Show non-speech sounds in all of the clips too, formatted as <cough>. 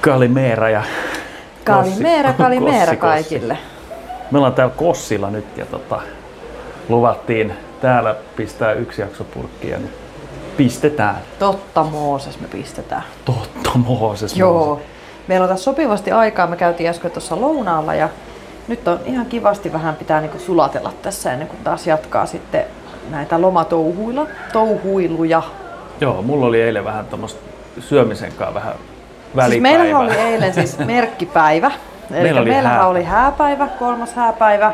Kalimeera ja Kalimeera, Kossi- kalimeera Kossi, Kossi. kaikille. Me ollaan täällä Kossilla nyt ja tota, luvattiin täällä pistää yksi jakso purkkiin ja nyt pistetään. Totta Mooses me pistetään. Totta Mooses. Joo. Mooses. Meillä on tässä sopivasti aikaa. Me käytiin äsken tuossa lounaalla ja nyt on ihan kivasti vähän pitää niinku sulatella tässä ennen kuin taas jatkaa sitten näitä lomatouhuilla, touhuiluja. Siis Joo, mulla oli eilen vähän tuommoista syömisen kanssa vähän välipäivää. Siis meillähän oli eilen siis <laughs> merkkipäivä. Eli Meillä meillä oli oli meillähän hääpäivä. oli hääpäivä, kolmas hääpäivä.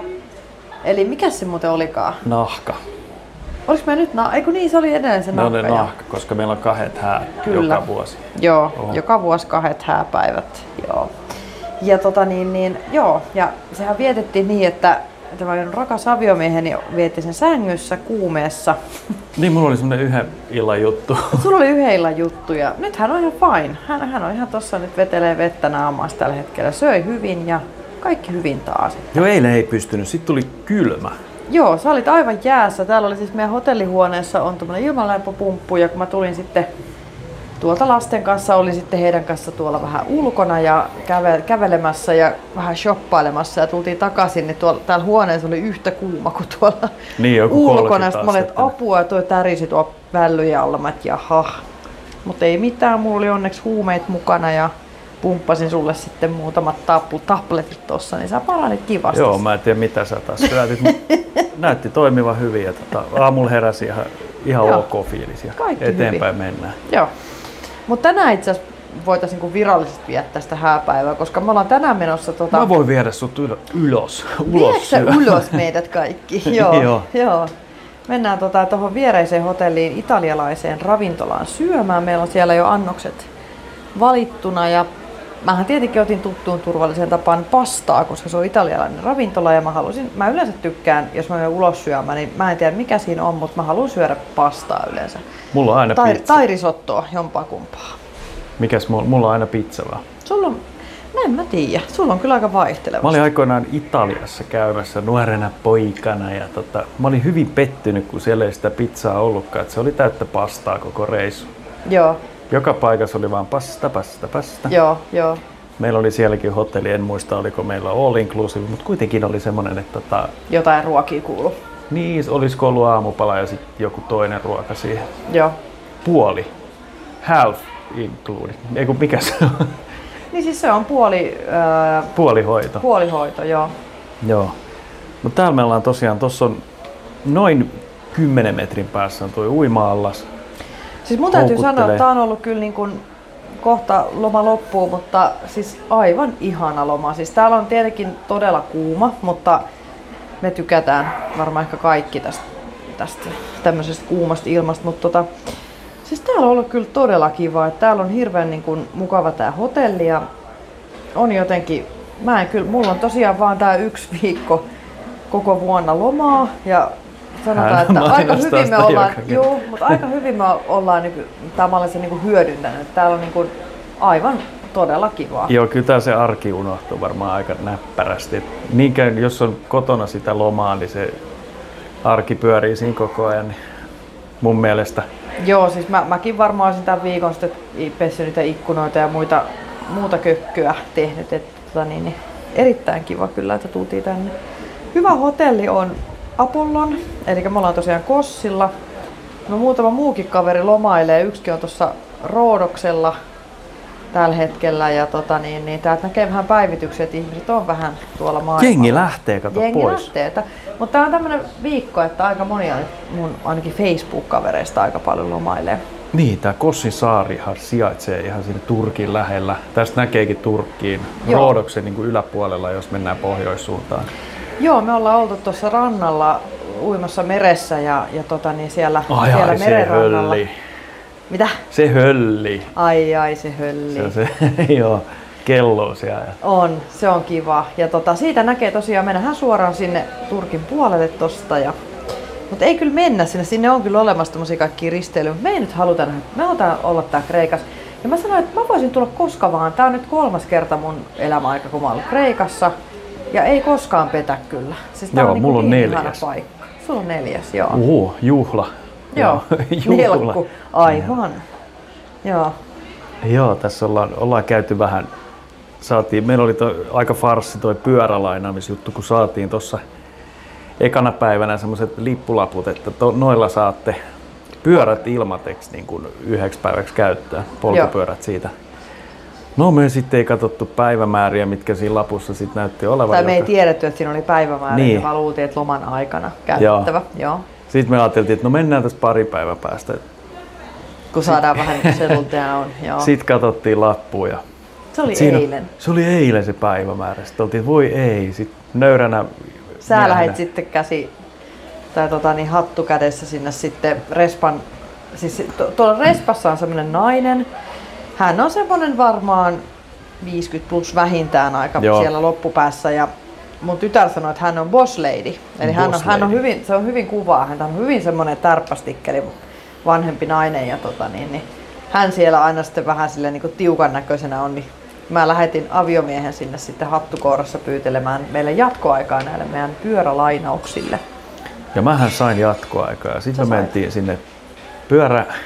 Eli mikä se muuten olikaan? <laughs> Nahka. Oliko me nyt, na- eikö niin, se oli edellisen No, Ne oli nahka, joo. nahka, koska meillä on kahdet häät Kyllä. joka vuosi. Joo, Oho. joka vuosi kahdet hääpäivät. Joo. Ja tota niin, niin, joo, ja sehän vietettiin niin, että tämä rakas aviomieheni vietti sen sängyssä kuumeessa. Niin, mulla oli semmonen yhden illan juttu. Sulla oli yhden illan juttu ja nyt hän on ihan fine. Hän, hän on ihan tossa nyt vetelee vettä naamaansa tällä hetkellä. Söi hyvin ja kaikki hyvin taas. Joo, eilen ei pystynyt. Sitten tuli kylmä. Joo, sä olit aivan jäässä. Täällä oli siis meidän hotellihuoneessa on tämmöinen ilmanlämpöpumppu ja kun mä tulin sitten tuolta lasten kanssa, olin sitten heidän kanssa tuolla vähän ulkona ja käve, kävelemässä ja vähän shoppailemassa ja tultiin takaisin, niin tuolla, täällä huoneessa oli yhtä kuuma kuin tuolla Niin, joku 30 ulkona. Sitten mä olin, että astetta. apua, ja toi tärisi tuo vällyjä alla, mä et, jaha. Mutta ei mitään, mulla oli onneksi huumeet mukana ja pumppasin sulle sitten muutamat tapu, tabletit tossa, niin sä paranit kivasti. Joo, mä en tiedä mitä sä taas syötit, <laughs> mutta näytti toimivan hyvin ja tota, aamulla heräsi ihan, ihan Joo. ok fiilis ja Kaikki eteenpäin mennään. Joo. Mutta tänään itse asiassa voitaisiin niinku virallisesti viettää sitä hääpäivää, koska me ollaan tänään menossa tota... Mä voin viedä sut yl- ylös, Viedäänkö ulos. sä ulos meidät <laughs> kaikki? Joo. Joo. Joo. Mennään tuohon tota, viereiseen hotelliin italialaiseen ravintolaan syömään. Meillä on siellä jo annokset valittuna ja mähän tietenkin otin tuttuun turvalliseen tapaan pastaa, koska se on italialainen ravintola ja mä halusin, mä yleensä tykkään, jos mä menen ulos syömään, niin mä en tiedä mikä siinä on, mutta mä haluan syödä pastaa yleensä. <laughs> Mulla on aina Tai, pizza. tai risottoa, jompaa kumpaa. Mikäs mulla, mulla on aina pizza vaan. Sulla on, näin mä tiedä, sulla on kyllä aika vaihteleva. Mä olin aikoinaan Italiassa käymässä nuorena poikana ja tota, mä olin hyvin pettynyt, kun siellä ei sitä pizzaa ollutkaan. että se oli täyttä pastaa koko reissu. Joo, Joka paikassa oli vaan pasta, pasta, pasta. joo, joo. Meillä oli sielläkin hotelli, en muista oliko meillä all inclusive, mutta kuitenkin oli semmoinen, että tota, Jotain ruokia kuuluu. niin olisiko ollut aamupala ja sitten joku toinen ruoka siihen. Joo. Puoli. Half included. Ei kun mikä se on? <laughs> Niin siis se on puoli, äh, Puoli hoito. puolihoito, joo. Joo. No täällä me ollaan tosiaan, tuossa on noin 10 metrin päässä on tuo uima-allas. Siis mun täytyy Houkuttelee. sanoa, että tää on ollut kyllä niin kuin kohta loma loppuu, mutta siis aivan ihana loma. Siis täällä on tietenkin todella kuuma, mutta me tykätään varmaan ehkä kaikki tästä, tästä tämmöisestä kuumasta ilmasta, mutta tota, siis täällä on ollut kyllä todella kiva, että täällä on hirveän niin kuin mukava tää hotelli ja on jotenkin, mä en kyllä, mulla on tosiaan vaan tää yksi viikko koko vuonna lomaa ja sanotaan, Hän että aika mainostaa hyvin me sitä ollaan, joka kerta. joo, mutta aika hyvin me ollaan niin, tavallaan niin hyödyntänyt. Täällä on niin kuin, aivan todella kivaa. Joo, kyllä tää se arki unohtuu varmaan aika näppärästi. Et Niinkään, jos on kotona sitä lomaa, niin se arki pyörii siinä koko ajan. Niin mun mielestä. Joo, siis mä, mäkin varmaan olisin tämän viikon sitten i- pessyt niitä ikkunoita ja muita, muuta kökköä tehnyt. Et, tota niin, niin, erittäin kiva kyllä, että tultiin tänne. Hyvä hotelli on Apollon, eli me ollaan tosiaan Kossilla. No muutama muukin kaveri lomailee, yksikin on tuossa Roodoksella tällä hetkellä ja tota niin, niin täältä näkee vähän päivityksiä, että ihmiset on vähän tuolla maailmalla. Jengi lähtee, kato Jengi pois. lähtee. Että, mutta tämä on tämmöinen viikko, että aika monia mun ainakin Facebook-kavereista aika paljon lomailee. Niin, tämä Kossin saarihan sijaitsee ihan siinä Turkin lähellä. Tästä näkeekin Turkkiin, Joo. Roodoksen niin kuin yläpuolella, jos mennään pohjoissuuntaan. Joo, me ollaan oltu tuossa rannalla uimassa meressä ja, ja tota, niin siellä, Ai, siellä ai se merenrannalla. hölli. Mitä? Se hölli. Ai ai se hölli. Se, on se <laughs> joo, kello siellä. On, se on kiva. Ja tota, siitä näkee tosiaan, mennään suoraan sinne Turkin puolelle tosta. Ja... Mutta ei kyllä mennä sinne, sinne on kyllä olemassa tämmöisiä kaikkia risteilyjä, mutta me ei nyt haluta nähdä. Me halutaan olla täällä Kreikassa. Ja mä sanoin, että mä voisin tulla koska vaan. Tää on nyt kolmas kerta mun elämäaika, kun mä oon ollut Kreikassa. Ja ei koskaan petä kyllä. Siis tää Joo, niinku mulla on niin ihana neljäs. Paikka. Sulla on neljäs, joo. Uhu, juhla. Joo, <laughs> juhla. nelkku. Aivan. Joo. Joo, tässä ollaan, ollaan käyty vähän saatiin, meillä oli toi, aika farsi toi pyörälainaamisjuttu, kun saatiin tuossa ekana päivänä semmoiset lippulaput, että to, noilla saatte pyörät ilmateksi niin kuin yhdeksi päiväksi käyttää, polkupyörät siitä. No me sitten ei katsottu päivämääriä, mitkä siinä lapussa sitten näytti olevan. Tai me ei joka- tiedetty, että siinä oli päivämäärä, Niin. niin. vaan luultiin, että loman aikana käytettävä. Joo. Joo. Sitten me ajateltiin, että no mennään tässä pari päivää päästä. No. Kun saadaan vähän niin selunteja on. Joo. Sitten katsottiin lappua ja Se oli Siinä- eilen. Se oli eilen se päivämäärä. Sitten oltiin, että voi ei. Sitten nöyränä Sä miehenä. lähet sitten käsi tai tota, niin hattu kädessä sinne sitten Respan, siis tu- tuolla Respassa on semmoinen nainen. Hän on semmoinen varmaan 50 plus vähintään aika Joo. Joo. siellä loppupäässä ja mun tytär sanoi, että hän on boss lady. Eli hän, on, Boss hän on lady. hyvin, se on hyvin kuvaa, hän on hyvin semmoinen tärppästikkeli vanhempi nainen ja tota niin, niin hän siellä aina sitten vähän sille niin tiukan näköisenä on, niin mä lähetin aviomiehen sinne sitten hattukourassa pyytelemään meille jatkoaikaa näille meidän pyörälainauksille. Ja mähän sain jatkoaikaa. Sitten Sä me sait. mentiin sinne pyörä, Mentiin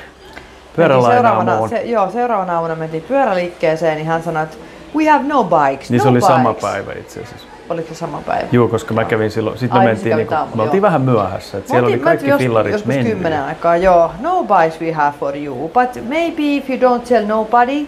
seuraavana, pyörälainaamoon. se, joo, seuraavana aamuna mentiin pyöräliikkeeseen, niin hän sanoi, että we have no bikes, Niin no se oli bikes. sama päivä itse asiassa. Oliko se sama päivä? Joo, koska mä kävin silloin. Sitten Ai, me niin mentiin, sä niinku, kävit aamulla, me oltiin joo. vähän myöhässä. Et Mä siellä oli otin- mä kaikki jos- fillarit Joskus kymmenen mennyt. aikaa, joo. No bikes we have for you, but maybe if you don't tell nobody,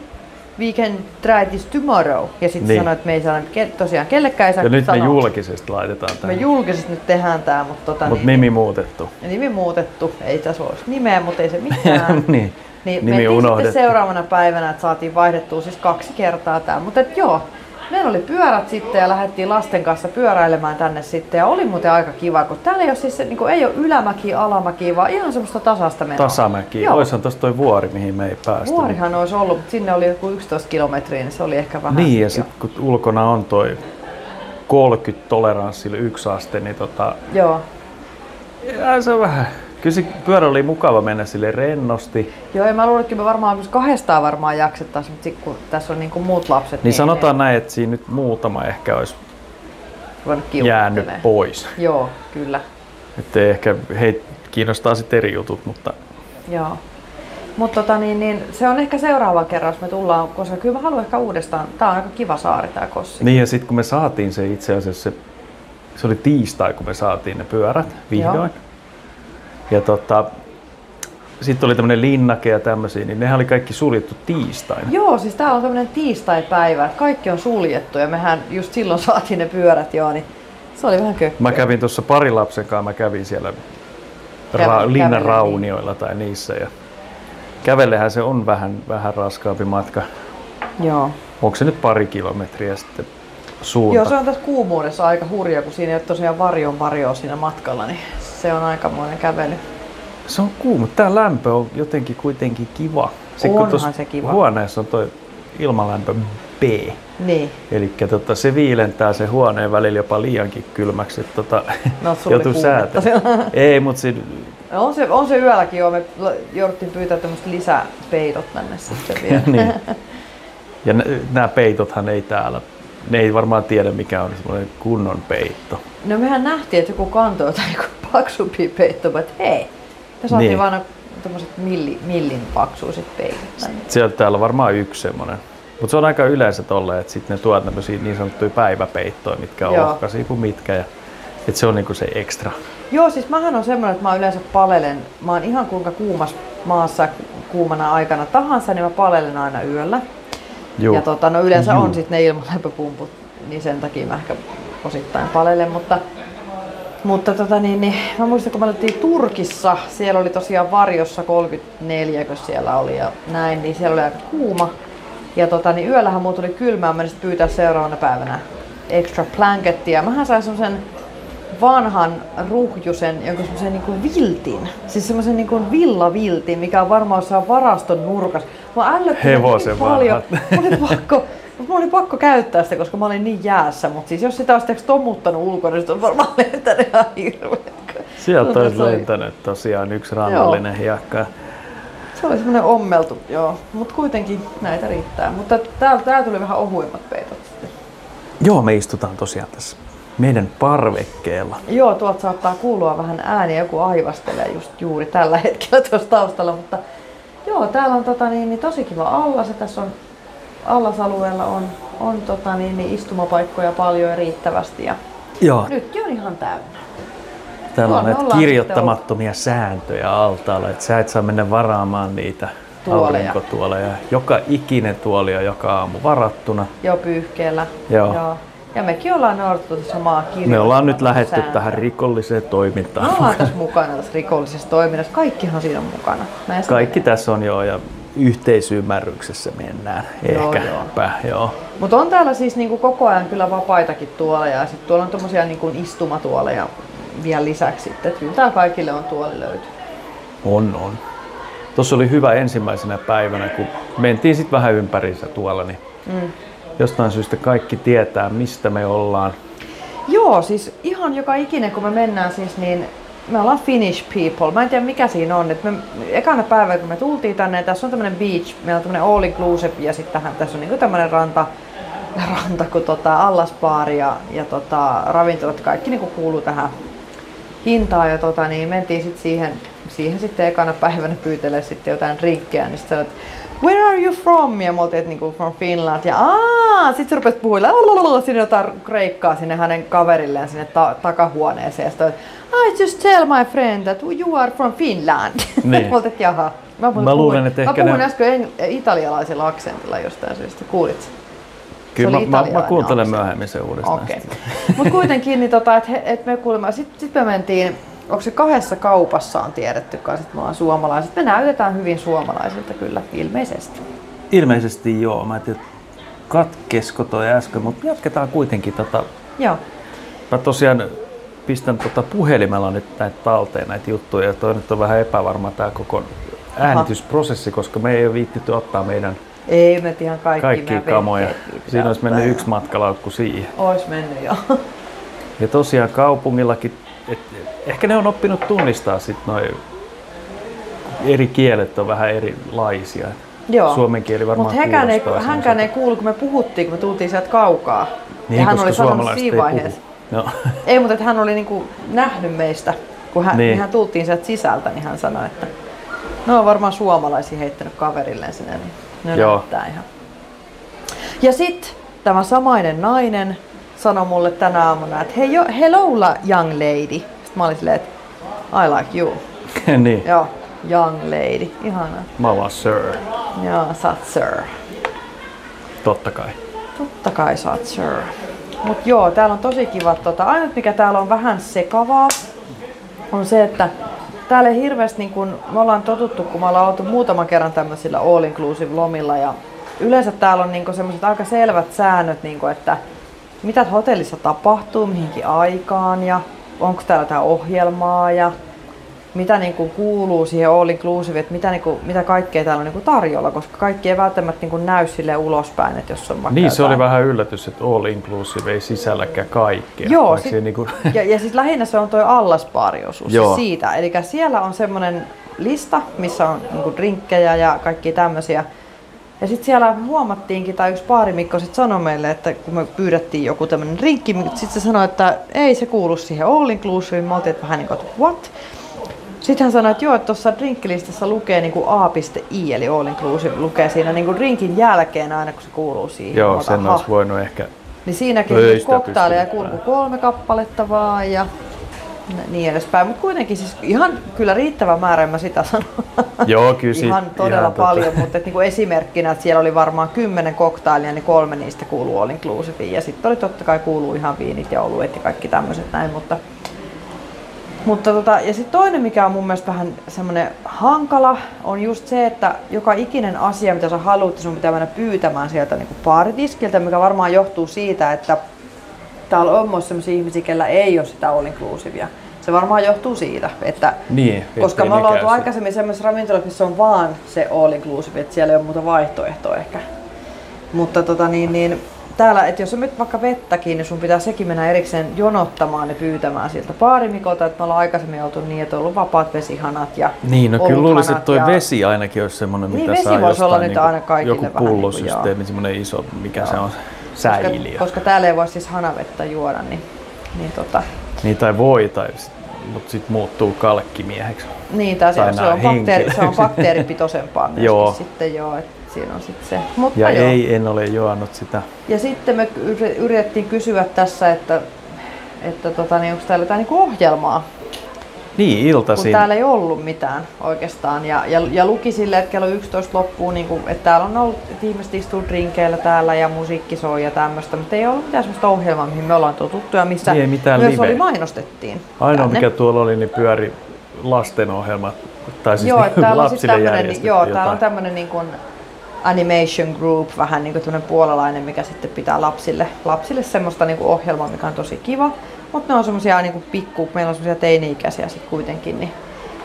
we can try this tomorrow. Ja sitten Niin. niin. sanoi, että me ei sano ke- tosiaan kellekään ei saa Ja nyt me sanoa. julkisesti laitetaan Me tämä. julkisesti nyt tehdään tää, mutta tota, Mutta niin, nimi muutettu. ja nimi muutettu. Ei tässä olisi nimeä, <laughs> mutta ei se mitään. niin. Niin Nimi Nimi unohdettu. sitten seuraavana päivänä, että saatiin vaihdettua siis kaksi kertaa tämä. Mutta joo, meillä oli pyörät sitten ja lähdettiin lasten kanssa pyöräilemään tänne sitten. Ja oli muuten aika kiva, kun täällä ei ole, siis, niin ei ole ylämäki, alamäki, vaan ihan semmoista tasasta menoa. Tasamäki. Joo. Oishan tossa toi vuori, mihin me ei päästy. niin Vuorihan olisi ollut, mutta sinne oli joku 11 kilometriä, niin se oli ehkä vähän... Niin, joo. ja sitten kun ulkona on toi 30 toleranssilla yksi aste, niin tota, Joo. jää se on vähän. Kyllä se pyörä oli mukava mennä sille rennosti. Niin, Joo, ja mä luulen, että kyllä me varmaan myös kahdestaan varmaan jaksettaisiin, mutta sitten kun tässä on niin kuin muut lapset, niin sanotaan näin, että siinä nyt muutama ehkä olisi ne voinut jäänyt kiukuttelee. pois. Joo, kyllä. Että ehkä hei, kiinnostaa sitten eri jutut, mutta Joo. Mutta tota, niin, niin, se on ehkä seuraava kerran, jos me tullaan, koska kyllä mä haluan ehkä uudestaan. Tää on aika kiva saari tää Kossi. niin ja sitten kun me saatiin se itse asiassa, se, se oli tiistai kun me saatiin ne pyörät vihdoin. Ja tota, sitten oli tämmöinen linnake ja tämmöisiä, niin nehän oli kaikki suljettu tiistaina. Joo, siis täällä on tämmönen tiistai-päivä, että kaikki on suljettu ja mehän just silloin saatiin ne pyörät joo, niin se oli vähän kökkö. Mä kävin tuossa pari lapsen kanssa, mä kävin siellä ra- Kävelen, linnan niin. raunioilla tai niissä. Ja kävellehän se on vähän, vähän raskaampi matka. Joo. Onko se nyt pari kilometriä sitten suunta? Joo, se on tässä kuumuudessa aika hurja, kun siinä ei ole tosiaan varjon varjoa siinä matkalla, niin se on aikamoinen kävely. se on kuuma. Tää lämpö on jotenkin kuitenkin kiva. Onhan tossa se kiva. Huoneessa on toi ilmalämpö B. Niin. Eli tota, se viilentää se huoneen välillä jopa liiankin kylmäksi. että Tota, No, sulla oli joutuu kuumetta <laughs> säätämään. Ei, mutta siinä No, on, se, on se yölläkin joo, me la- jouduttiin pyytää tämmöiset lisäpeidot tänne sitten vielä. <laughs> niin. Ja nämä peitothan ei täällä, ne ei varmaan tiedä mikä on semmoinen kunnon peitto. No mehän nähtiin, että joku kantoi jotain joku paksumpi peitto, mutta hei. Me saatiin Niin. niin. vaan tämmöiset milli, millin paksuiset peitot. tänne. Sieltä täällä on varmaan yksi semmoinen. Mutta se on aika yleensä tolle, että sitten ne tuot tämmöisiä niin sanottuja päiväpeittoja, mitkä on Joo. ohkaisia kuin mitkä. Ja, et se on niinku se ekstra. Joo, siis mähän on semmoinen, että mä yleensä palelen. Mä oon ihan kuinka kuumas maassa kuumana aikana tahansa, niin mä palelen aina yöllä. Juu. Ja tota, no yleensä Juu. on sitten ne ilmalämpöpumput, niin sen takia mä ehkä osittain palelen, mutta mutta tota niin, niin, mä muistan, kun me oltiin Turkissa, siellä oli tosiaan varjossa 34, kun siellä oli ja näin, niin siellä oli aika kuuma. Ja tota, niin yöllähän mulla tuli kylmää, mä menin sit pyytää seuraavana päivänä extra blankettia. Mähän sain semmosen vanhan ruhjusen, jonkun semmoisen niinku viltin. Siis semmoisen niinku villaviltin, mikä on varmaan jossain varaston nurkassa. Mä ällötti niin Hevosen paljon. vanhat. Mulla oli pakko, mut mulla oli pakko käyttää sitä, koska mä olin niin jäässä. Mutta siis jos sitä olisi tiiäks tommuttanut ulkona, niin sit on varmaan <laughs> lentänyt ihan hirveän. Sieltä Tuntuu, olisi että se oli- lentänyt tosiaan yksi rannallinen hiakka. Se oli semmoinen ommeltu, joo. Mutta kuitenkin näitä riittää. Mutta täällä tää tuli vähän ohuimmat peitot sitten. Joo, me istutaan tosiaan tässä meidän parvekkeella. Joo, tuolta saattaa kuulua vähän ääniä, joku aivastelee just juuri tällä hetkellä tuossa taustalla, mutta joo, täällä on tota, niin, niin tosi kiva alla, se tässä on allasalueella on, on tota niin, niin istumapaikkoja paljon ja riittävästi. Ja Joo, nytkin on ihan täynnä. täällä on tuolla näitä ollaan kirjoittamattomia sääntöjä altaalla, että sä et saa mennä varaamaan niitä Tuoleja. aurinkotuoleja. Joka ikinen tuoli on joka aamu varattuna. Joo, pyyhkeellä. Joo. Ja mekin ollaan noudattu tätä samaa kirjaa. Me ollaan nyt lähetty tähän rikolliseen toimintaan. Me ollaan tässä mukana tässä rikollisessa toiminnassa. Kaikkihan siinä on mukana. Näin <laughs> se Kaikki tässä on joo ja yhteisymmärryksessä mennään Joo, ehkäpä. Joo. Mutta on täällä siis niinku koko ajan kyllä vapaitakin tuoleja ja sitten tuolla on tommosia niinku istumatuoleja vielä lisäksi sitten. Et Kyllä täällä kaikille on tuoli löytyy. On, on. Tuossa oli hyvä ensimmäisenä päivänä, kun mentiin sitten vähän ympäriinsä tuolla, niin Mm. jostain syystä kaikki tietää, mistä me ollaan. Joo, siis ihan joka ikinen kun me mennään siis niin me ollaan Finnish people. Mä en tiedä mikä siinä on. Et me, ekana päivänä kun me tultiin tänne, ja tässä on tämmönen beach, meillä on tämmönen all inclusive ja sitten tässä on niinku tämmönen ranta, <laughs> ranta kun tota, allasbaari ja, ja tota, ravintolat, kaikki niinku kuuluu tähän hintaa ja tota, niin mentiin sit siihen, siihen sitten ekana päivänä pyytelee sitten jotain drinkkejä, niin sitten että Where are you from? Ja mä oltiin, että niinku from Finland. Ja aah, sit se rupesi puhuilla lalalala, sinne jotain kreikkaa sinne hänen kaverilleen sinne ta- takahuoneeseen. Ja sitten I just tell my friend that you are from Finland. <laughs> Niin. mä oltiin, että jaha. Mä, Mä luulen, että mä ehkä puhuin ne- äsken en- italialaisella aksentilla jostain syystä. Kuulit sen? Kyllä oli mä, mä, mä italialainen kuuntelen aksentti. myöhemmin sen uudestaan. <laughs> Okei. sitten. Mutta kuitenkin, niin tota, et, he- et me kuulemma, sit, sit me mentiin, onko se kahdessa kaupassa on tiedetty kanssa, että me ollaan suomalaiset. Me näytetään hyvin suomalaisilta kyllä, ilmeisesti. Ilmeisesti joo, mä en tiedä katkesko toi äsken, mutta jatketaan kuitenkin tota. Joo. Mä tosiaan pistän tota puhelimella nyt näitä talteen näitä juttuja ja toi nyt on vähän epävarma tää koko äänitysprosessi, koska me ei ole viittitty ottaa meidän Ei me ihan kaikki, kaikki kamoja. Siinä olisi mennyt yksi matkalaukku siihen. Ois mennyt jo. Ja tosiaan kaupungillakin, et, ehkä ne on oppinut tunnistaa sit noin eri kielet on vähän erilaisia. <laughs> Joo. Suomen kieli varmaan Mutta hänkään ei, kuulostaa hänkään ei semmoiselta. kuullut, kun me puhuttiin, kun me tultiin sieltä kaukaa. Niin, ja hän koska oli sanonut suomalaiset siinä ei vaiheessa. puhu. No, <laughs> Ei, mutta että hän oli niinku nähnyt meistä, kun hän, Niin. niin. hän tultiin sieltä sisältä, niin hän sanoi, että no on varmaan suomalaisia heittänyt kaverilleen sinne, niin ne Joo. Joo. näyttää ihan. Ja sitten tämä samainen nainen sanoi mulle tänä aamuna, että hei, jo, hello la- young lady. Sitten mä olin silleen, että I like you. niin. Joo, young lady. Ihanaa. Mä vaan sir. Joo, sä oot sir. Totta kai. Totta kai sä oot sir. Mut joo, täällä on tosi kivat. Tota, ainut mikä täällä on vähän sekavaa on se, että täällä ei hirveästi niin kun, me ollaan totuttu, kun me ollaan oltu muutaman kerran tämmöisillä all inclusive lomilla ja yleensä täällä on niin semmoiset aika selvät säännöt, niin kun, että mitä hotellissa tapahtuu mihinkin aikaan ja onko täällä jotain ohjelmaa ja mitä niin kuin kuuluu siihen all inclusive, että mitä, niin kuin, mitä kaikkea täällä on niin kuin tarjolla, koska kaikki ei välttämättä niin kuin näy sille ulospäin, että jos on vaikka Niin, se jotain- oli vähän yllätys, että all inclusive ei sisälläkään kaikkea. Joo, Vaikka sit- se niinku, <laughs> <laughs> ja, ja siis lähinnä se on toi allasbaariosuus Joo. siis siitä. Eli siellä on semmoinen lista, missä on niinku drinkkejä ja kaikki tämmöisiä. Ja sitten siellä huomattiinkin, tai yksi baarimikko sitten sanoi meille, että kun me pyydettiin joku tämmöinen rinkki, sitten se sanoi, että ei se kuulu siihen all inclusive. Me oltiin että vähän niin kuin, että what? Sitten hän sanoi, että joo, että tuossa drinkkilistassa lukee niin kuin A.I, eli all inclusive, lukee siinä niin kuin drinkin jälkeen aina, kun se kuuluu siihen. Mä joo, otan, sen "Ha." olisi voinut ehkä... Niin siinäkin No Ei siis sitä koktaaleja pysty kulku mitään. kolme kappaletta vaan ja nä- niin edespäin. Mutta kuitenkin siis ihan kyllä riittävä määrä, en mä sitä sanon. Joo, <laughs> kyllä siitä- ihan todella ihan ihan tota- paljon, mutta et niinku esimerkkinä, että siellä oli varmaan kymmenen koktailia, niin kolme niistä kuuluu all inclusive. Ja sitten oli totta kai kuuluu ihan viinit ja oluet ja kaikki tämmöiset näin, mutta mutta tota, ja sitten toinen, mikä on mun mielestä vähän semmoinen hankala, on just se, että joka ikinen asia, mitä sä haluat, sun pitää mennä pyytämään sieltä niin baaritiskiltä, mikä varmaan johtuu siitä, että täällä on myös sellaisia ihmisiä, kellä ei ole sitä all inclusivea. Se varmaan johtuu siitä, että Niin, koska ettei me ollaan nekään oltu sit- aikaisemmin sellaisessa ravintolassa, missä on vaan se all inclusive, että siellä ei ole muuta vaihtoehtoa ehkä. Mutta tota niin, niin täällä, että jos on nyt vaikka vettäkin, niin sun pitää sekin mennä erikseen jonottamaan ja pyytämään sieltä baarimikota, että me ollaan aikaisemmin oltu niin, että on ollut vapaat vesihanat ja Niin, no kyllä oluthanat luulisin, että toi ja- vesi ainakin olisi semmoinen, Niin, mitä vesi saa voisi jostain olla nyt niinku aina kaikille joku vähän niinku, pullosysteemi, joo. semmoinen iso, mikä se Joo. on, koska, säiliö. koska, täällä ei voi siis hanavettä juoda, niin, niin tota, Niin, tai voi, tai mutta sitten muuttuu kalkkimieheksi. Niin, tai se, Tai on- se, nää on bakteeri, se on <laughs> henkilöt. bakteeripitoisempaa myöskin Joo. sitten joo. Et, siinä on sitten se. Mutta Ja joo. ei, en ole juonut sitä. Ja sitten me yri- yritettiin kysyä tässä, että, että tota, niin onko täällä jotain niin ohjelmaa, Niin, kun iltaisin. täällä ei ollut mitään oikeastaan. Ja, ja, ja luki silleen, että kello 11 loppuu, niin kuin, että täällä on ollut, että ihmiset istuu drinkeillä täällä ja musiikki soi ja tämmöistä, mutta ei ollut mitään semmoista ohjelmaa, mihin me ollaan totuttu ja missä Niin, ei mitään myös liveä. oli mainostettiin. Ainoa tänne. mikä tuolla oli, niin pyöri lastenohjelma. Tai <laughs> siis joo, että täällä on siis lapsille tämmöinen, järjestetty joo, jotain. täällä on tämmöinen niin kuin animation group, vähän niin kuin tämmöinen puolalainen, mikä sitten pitää lapsille, lapsille semmoista niin kuin ohjelmaa, mikä on tosi kiva. Mutta ne on semmoisia niin kuin pikku, meillä on semmoisia teini-ikäisiä sitten kuitenkin, niin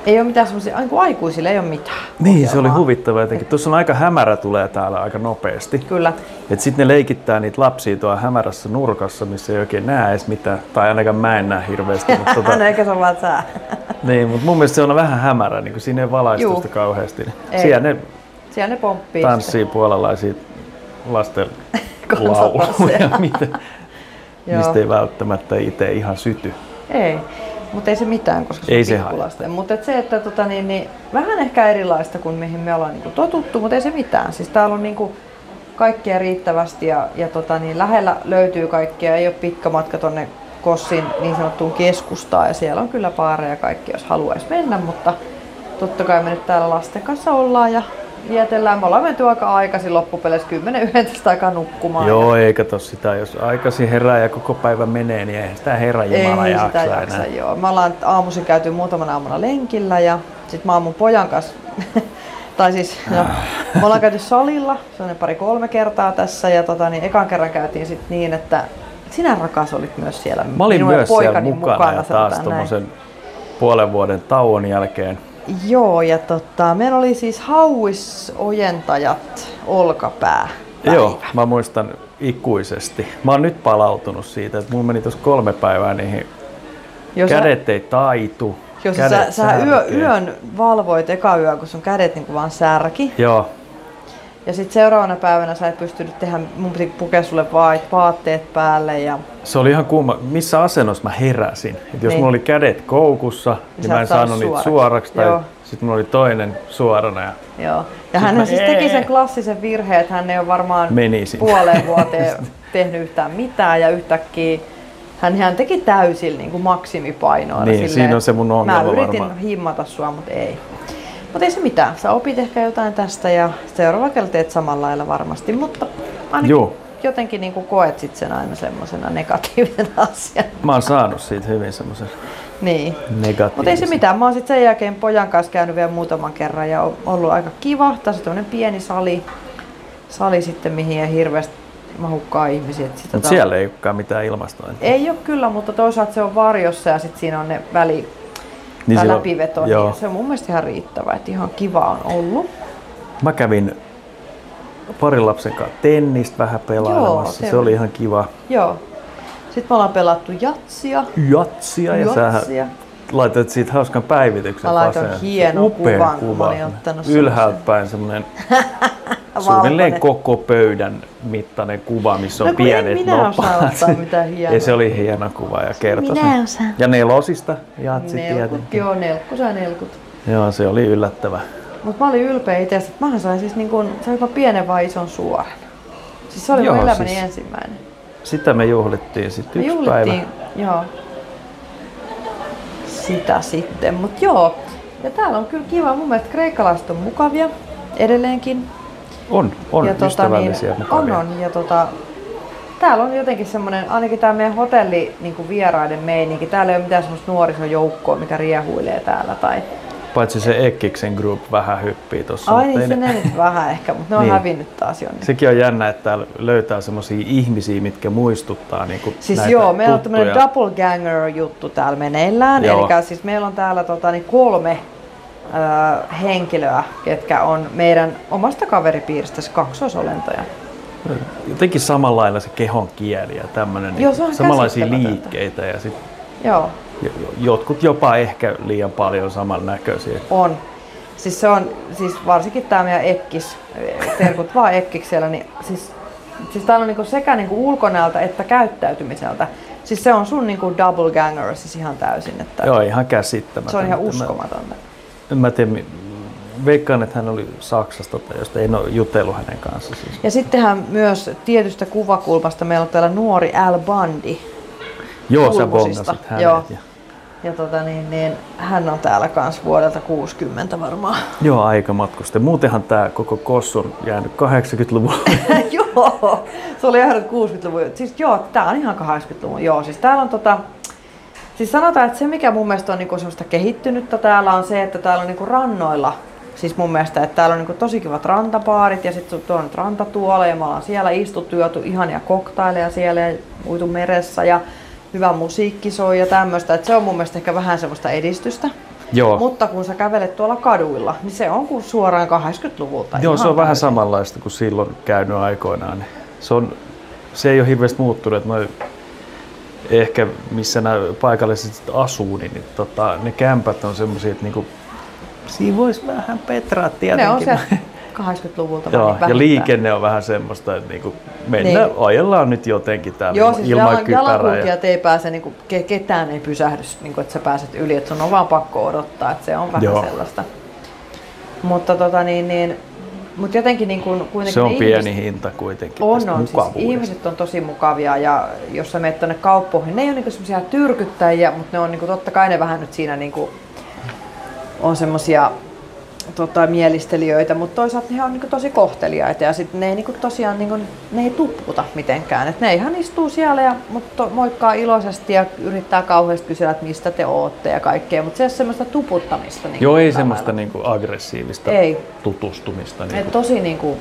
ei ole mitään semmoisia, niin kuin aikuisille ei ole mitään. Niin, se oli ohjelmaa. huvittava jotenkin. Tuossa on aika hämärä tulee täällä aika nopeasti. Kyllä. Et sitten ne leikittää niitä lapsia tuolla hämärässä nurkassa, missä ei oikein näe edes mitään. Tai ainakaan mä en näe hirveästi. Mutta <laughs> tota, Hän eikä se ole vaan sää. niin, mut mun mielestä se on vähän hämärä, niin kun siinä ei valaistusta Juu. kauheasti. niin Ei. Siellä ne Siellä ne pomppii tanssii puolalaisia <laughs> lasten Kansantansseja. lauluja, mitä, <laughs> Joo. mistä ei välttämättä itse ihan syty. Ei, mutta ei se mitään, koska se Ei on se pikkulasten. Mutta se, että tota, niin, niin, vähän ehkä erilaista kuin mihin me ollaan niin totuttu, mutta ei se mitään. Siis täällä on niin kuin, kaikkea riittävästi ja, ja tota, niin, lähellä löytyy kaikkea. Ei ole pitkä matka tonne Kossin niin sanottuun keskustaan ja siellä on kyllä baareja kaikki, jos haluaisi mennä, mutta totta kai me nyt täällä lasten kanssa ollaan ja vietellään. Me ollaan menty aika aikaisin loppupeleissä 10-11 aikaa nukkumaan. Joo, ei kato sitä. Jos aikaisin herää ja koko päivä menee, niin eihän sitä herra Jumala Ei niin jaksa, sitä enää. jaksa, joo. Me ollaan aamuisin käyty muutaman aamuna lenkillä ja sit mä oon mun pojan kanssa, <laughs> tai siis Ah. no, me ollaan käyty salilla sellainen pari kolme kertaa tässä ja tota, niin ekan kerran käytiin sit niin, että sinä rakas olit myös siellä. Mä olin minun ja myös poikani siellä mukana, ja taas sanotaan näin. tuommoisen puolen vuoden tauon jälkeen. Joo, ja tota, meillä oli siis hauisojentajat olkapää. Joo, mä muistan ikuisesti. Mä oon nyt palautunut siitä, että mulla meni tuossa kolme päivää niihin. Jos sä- kädet ei taitu. Jos sä, kädet sä yö, särkee. yön valvoit eka yö, kun sun kädet niinku vaan särki, Joo, Ja sitten seuraavana päivänä sä et pystynyt tehdä, mun piti pukea sulle vaat, vaatteet päälle ja se oli ihan kumma. Missä asennossa mä heräsin? Et jos Niin. mulla oli kädet koukussa, niin sä mä en et saanut saanut niitä suoraksi. suoraksi. Tai Joo. sitten mulla oli toinen suorana ja joo. Ja hän mä- siis teki Ee. sen klassisen virheen, että hän ei ole varmaan Meni sinne. puoleen vuoteen tehnyt yhtään mitään ja yhtäkkiä hän, hän teki täysillä niin kuin maksimipainoilla. Niin, siinä on se mun ongelma Mä yritin varmaan. himmata sua, mutta ei. Mutta ei se mitään. Sä opit ehkä jotain tästä ja seuraava kerralla teet samalla lailla varmasti, mutta ainakin Joo. jotenkin niin kuin koet sit sen aina semmoisena <laughs> negatiivinen asiana. mä oon saanut siitä hyvin semmoisen Niin. negatiivisen. Mutta ei se mitään. Mä oon sitten sen jälkeen pojan kanssa käynyt vielä muutaman kerran ja on ollut aika kiva. Tässä on tämmönen pieni sali, sali sitten, mihin ei hirveästi mahukkaa ihmisiä. Et Sitä Mut siellä ei olekaan mitään ilmastointia. Ei ole kyllä, mutta toisaalta se on varjossa ja sitten siinä on ne väli niin silloin- läpiveto. joo. Niin se on mun mielestä ihan riittävä, että ihan kiva on ollut. Mä kävin parin lapsen kanssa tennistä vähän pelailemassa. Joo, se se oli on. ihan kiva. Joo. Sitten me ollaan pelattu jatsia. Jatsia ja sähän Jatsia. laitoit siitä hauskan päivityksen. Mä laitoin Faseen. hienon Upean kuvan, kun mä olin ottanut Ylhäältä päin semmoinen suunnilleen koko pöydän mittainen kuva, missä on No kun en pienet minä osaa nopat. ottaa mitään hienoa. <laughs> Ja se oli hieno kuva ja kertoi minä sen. osaan. Ja nelosista jatsi Nelkut, tietenkin. joo, nelkku sai nelkut. Joo, se oli yllättävä. Mutta mä olin ylpeä itsestä, että mähän sain siis niin kun, sain mä pienen vai ison suoran. Siis se oli Joo, mun elämäni siis- ensimmäinen. Sitä me juhlittiin sitten Me yksi päivä. juhlittiin, joo. Sitä sitten, mut joo. Ja täällä on kyllä kiva, mun mielestä kreikkalaiset on mukavia edelleenkin. On, on ja tota niin, ystävällisiä on, mukavia. on. Ja tota, täällä on jotenkin semmoinen, ainakin tämä meidän hotelli niin vieraiden meininki. Täällä ei ole mitään semmoista nuorisojoukkoa, mikä riehuilee täällä. Tai... Paitsi se Ekkiksen group vähän hyppii tuossa. Ai mutta niin, ei se ne- ne nyt vähän ehkä, mutta ne on Niin. hävinnyt taas jonnekin. Sekin on jännä, että täällä löytää semmoisia ihmisiä, mitkä muistuttaa niin kuin Siis näitä joo, meillä on tuttuja. tämmöinen doppelganger-juttu täällä meneillään. Joo. Eli siis meillä on täällä tota, niin kolme ö, henkilöä, ketkä on meidän omasta kaveripiiristä se kaksoisolentoja. Jotenkin samanlailla se kehon kieli ja tämmöinen, Joo, niin se on kuin samanlaisia käsittämätöntä. liikkeitä ja sit Joo, jo- jo- jotkut jopa ehkä liian paljon samannäköisiä. on. Siis se on, siis varsinkin tämä meidän ekkis, terkut vaan ekkiksellä, niin siis, siis täällä on niinku sekä niinku ulkonäöltä että käyttäytymiseltä. Siis se on sun niinku double ganger siis ihan täysin, että Joo, ihan käsittämätöntä. se on ihan Mä- uskomatonta. En mä tiedä, mi- veikkaan, että hän oli Saksasta tai josta en ole jutellut hänen kanssa. Siis. Ja sittenhän myös tietystä kuvakulmasta meillä on täällä nuori Al Bundy. Joo, sä Kulmusista. bongasit hänet. Joo. Ja, Ja tota niin, niin, hän on täällä kans vuodelta 60 varmaan. joo, aika matkuste. Muutenhan tämä koko kossu on jäänyt 80-luvulle. <laughs> joo, se oli ihan 60-luvun. Siis joo, tää on ihan 80-luvun. Joo, siis täällä on tota... Siis sanotaan, että se mikä mun mielestä on niinku semmoista kehittynyttä täällä on se, että täällä on niinku rannoilla. Siis mun mielestä, että täällä on niinku tosi kivat rantapaarit ja sitten tuo on nyt rantatuola ja me ollaan siellä istuttu, juotu ihania koktaileja siellä ja uitu meressä ja hyvä musiikki soi ja tämmöistä. Että se on mun mielestä ehkä vähän semmoista edistystä. joo, Mutta kun sä kävelet tuolla kaduilla, niin se on kuin suoraan 80-luvulta. joo se ihan on vähän täysin. samanlaista kuin silloin käynyt aikoinaan. Se, on, se ei ole hirveästi muuttunut. että Noi, ehkä missä nämä paikalliset sit asuu, niin, niin tota, ne kämpät on semmoisia, että niinku, siinä voisi vähän petraa tietenkin. Ne on se 80-luvulta. vaan Joo, ja niin vähintään. liikenne on vähän semmoista, että niinku mennään, Niin. ajellaan nyt jotenkin täällä Joo, siis niin ilman jalan, kypärää. Ja... jalankulkijat ei pääse, niinku, ke, ketään ei pysähdy, niinku, että sä pääset yli, että sun on vaan pakko odottaa, että se on vähän Joo. sellaista. Mutta tota niin, niin mut jotenkin niin kuin, kuitenkin Se on ne pieni ihmiset- hinta kuitenkin on, tästä on. Siis mukavuudesta. ihmiset on tosi mukavia ja jos sä menet tonne kauppoihin, ne ei ole niinku semmoisia tyrkyttäjiä, mutta ne on niinku, totta kai ne vähän nyt siinä niinku, on semmoisia tota, mielistelijöitä, mutta toisaalta ne on niinku tosi kohteliaita ja sit ne ei niinku tosiaan niinku, ne ei tuputa mitenkään. Et ne ihan istuu siellä ja mut to, moikkaa iloisesti ja yrittää kauheasti kysellä, että mistä te ootte ja kaikkea, mutta se ei ole semmoista tuputtamista. Niinku Joo, ei tällä semmoista lailla. niinku aggressiivista Ei. tutustumista. Et Niinku. tosi niinku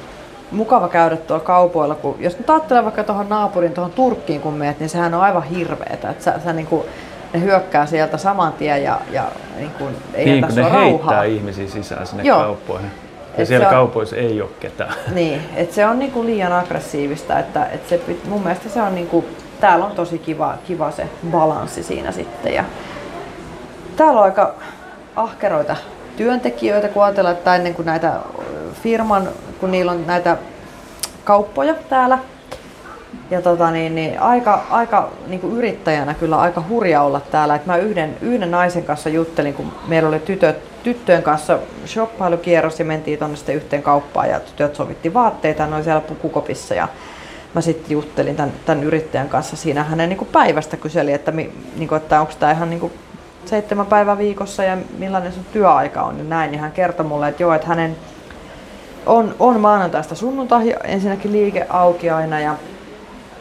mukava käydä tuolla kaupoilla, kun jos nyt ajattelee vaikka tuohon naapurin, tuohon Turkkiin kun meet, niin sehän on aivan hirveetä. Että sä, sä niinku, ne hyökkää sieltä saman tien ja, ja niinku, ei Niin jätä kun sua ne rauhaa. heittää ihmisiä sisään sinne Joo. kauppoihin. Ja Et siellä se on- kaupoissa ei ole ketään. <laughs> Niin, et se on niinku liian aggressiivista, että et se, pit- mun mielestä se on niinku, täällä on tosi kiva, kiva se balanssi siinä sitten. Ja täällä on aika ahkeroita työntekijöitä, kun ajatellaan, että ennen kuin näitä ö, firman, kun niillä on näitä kauppoja täällä, ja tota niin, niin aika, aika niin kuin yrittäjänä kyllä aika hurja olla täällä. Et mä yhden, yhden naisen kanssa juttelin, kun meillä oli tytöt, tyttöjen kanssa shoppailukierros ja mentiin tonne sitten yhteen kauppaan ja tytöt sovitti vaatteita, ne oli siellä pukukopissa ja mä sitten juttelin tämän, tämän, yrittäjän kanssa siinä. Hänen niin kuin päivästä kyseli, että, mi, niin kuin, että onko tämä ihan niin kuin seitsemän päivää viikossa ja millainen sun työaika on ja näin. Niin hän kertoi mulle, että joo, että hänen on, on maanantaista sunnuntaihin ensinnäkin liike auki aina ja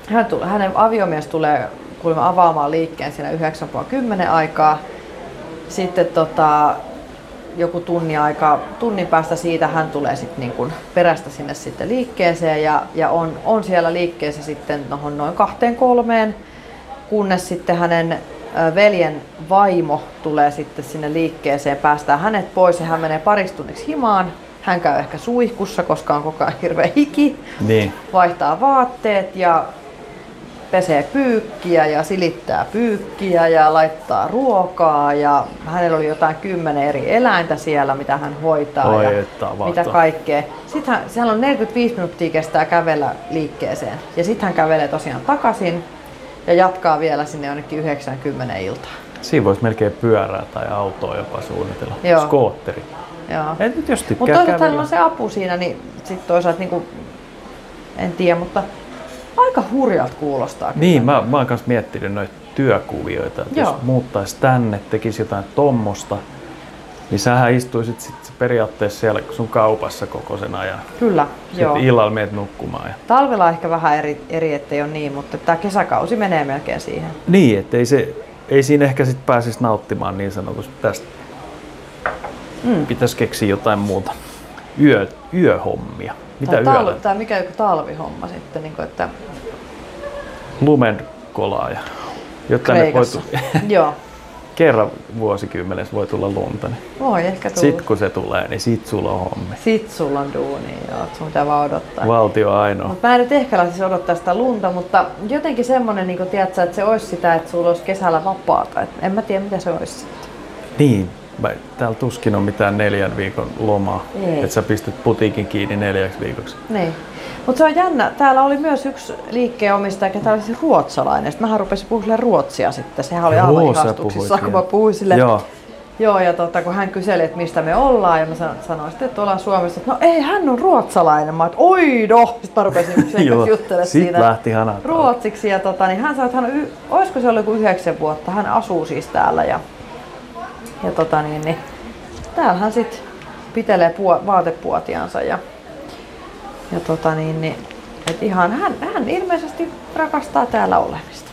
hän tule, hänen aviomies tulee kuulemma avaamaan liikkeen siinä 9.10 aikaa. Sitten tota, joku tunni aikaa, tunnin päästä siitä hän tulee sitten niin kun perästä sinne sitten liikkeeseen ja, ja on, on, siellä liikkeessä sitten noin, noin kahteen kolmeen, kunnes sitten hänen ö, veljen vaimo tulee sitten sinne liikkeeseen, päästään hänet pois ja hän menee pariksi tunniksi himaan. Hän käy ehkä suihkussa, koska on koko ajan hirveä hiki Niin. vaihtaa vaatteet ja pesee pyykkiä ja silittää pyykkiä ja laittaa ruokaa ja hänellä oli jotain kymmenen eri eläintä siellä, mitä hän hoitaa Oi, ja että avataan. mitä kaikkea. Sitten hän, siellä on 45 minuuttia kestää kävellä liikkeeseen ja sitten hän kävelee tosiaan takaisin ja jatkaa vielä sinne jonnekin 90 iltaan. Siinä voisi melkein pyörää tai autoa jopa suunnitella. Joo. Skootteri. Joo. Et nyt jos tykkää Mutta toisaalta kävellä- hänellä on se apu siinä, niin sitten toisaalta niinku, en tiedä, mutta aika hurjalta kuulostaa. kyllä. Niin, mä, mä oon kanssa miettinyt noita työkuvioita, että Joo. jos muuttaisi tänne, tekisi jotain tommosta, niin sähän istuisit sit periaatteessa siellä sun kaupassa koko sen ajan. Kyllä, joo. Sitten illalla meet nukkumaan. Ja... Talvella ehkä vähän eri, eri ettei ole niin, mutta tämä kesäkausi menee melkein siihen. Niin, ettei se, ei siinä ehkä sit pääsisi nauttimaan niin sanotusti tästä. Mm. Pitäisi keksiä jotain muuta. Yö, yöhommia. Mitä Tää yöllä? talvi, tai mikä joku talvihomma sitten, niin kuin, että Lumen kolaa ja jotain ne voi Kreikassa. tulla, <laughs> Joo, <laughs> kerran vuosikymmenessä voi tulla lunta. Niin voi ehkä tulla. sit kun se tulee, niin sit sulla on hommi. Sit sulla on duuni, joo, että sun pitää vaan odottaa. Valtio ainoa. Mut mä en nyt ehkä lähtisi odottaa sitä lunta, mutta jotenkin semmonen, niin tiedätkö, että se olisi sitä, että sulla olisi kesällä vapaata. Et en mä tiedä, mitä se olisi. Niin. Mä- Täällä tuskin on mitään neljän viikon lomaa, Ei. että sä pistät putiikin kiinni neljäksi viikoksi. Niin. Mutta se on jännä. Täällä oli myös yksi liikkeenomistaja, ketä oli siis ruotsalainen. Sitten mähän rupesin puhumaan sille ruotsia sitten. Sehän oli aivan Joo, sä ihastuksissa, puhuit kun mä vielä. puhuin sille. Joo. Joo, ja tota, kun hän kyseli, että mistä me ollaan, ja mä sanoin, sanoin sitten, että ollaan Suomessa, että no ei, hän on ruotsalainen. Mä oon, että oi no! Sitten mä <laughs> rupesin sen Joo, kanssa juttelemaan sit siitä lähti hanat ruotsiksi. Ja tota, niin hän sanoi, että hän on, y- olisiko se ollut joku yhdeksän vuotta, hän asuu siis täällä. Ja, ja tota, niin, niin, täällä hän sitten pitelee puo- vaatepuotiansa. Ja, ja tota, niin, niin, et ihan hän, hän ilmeisesti rakastaa täällä olemista.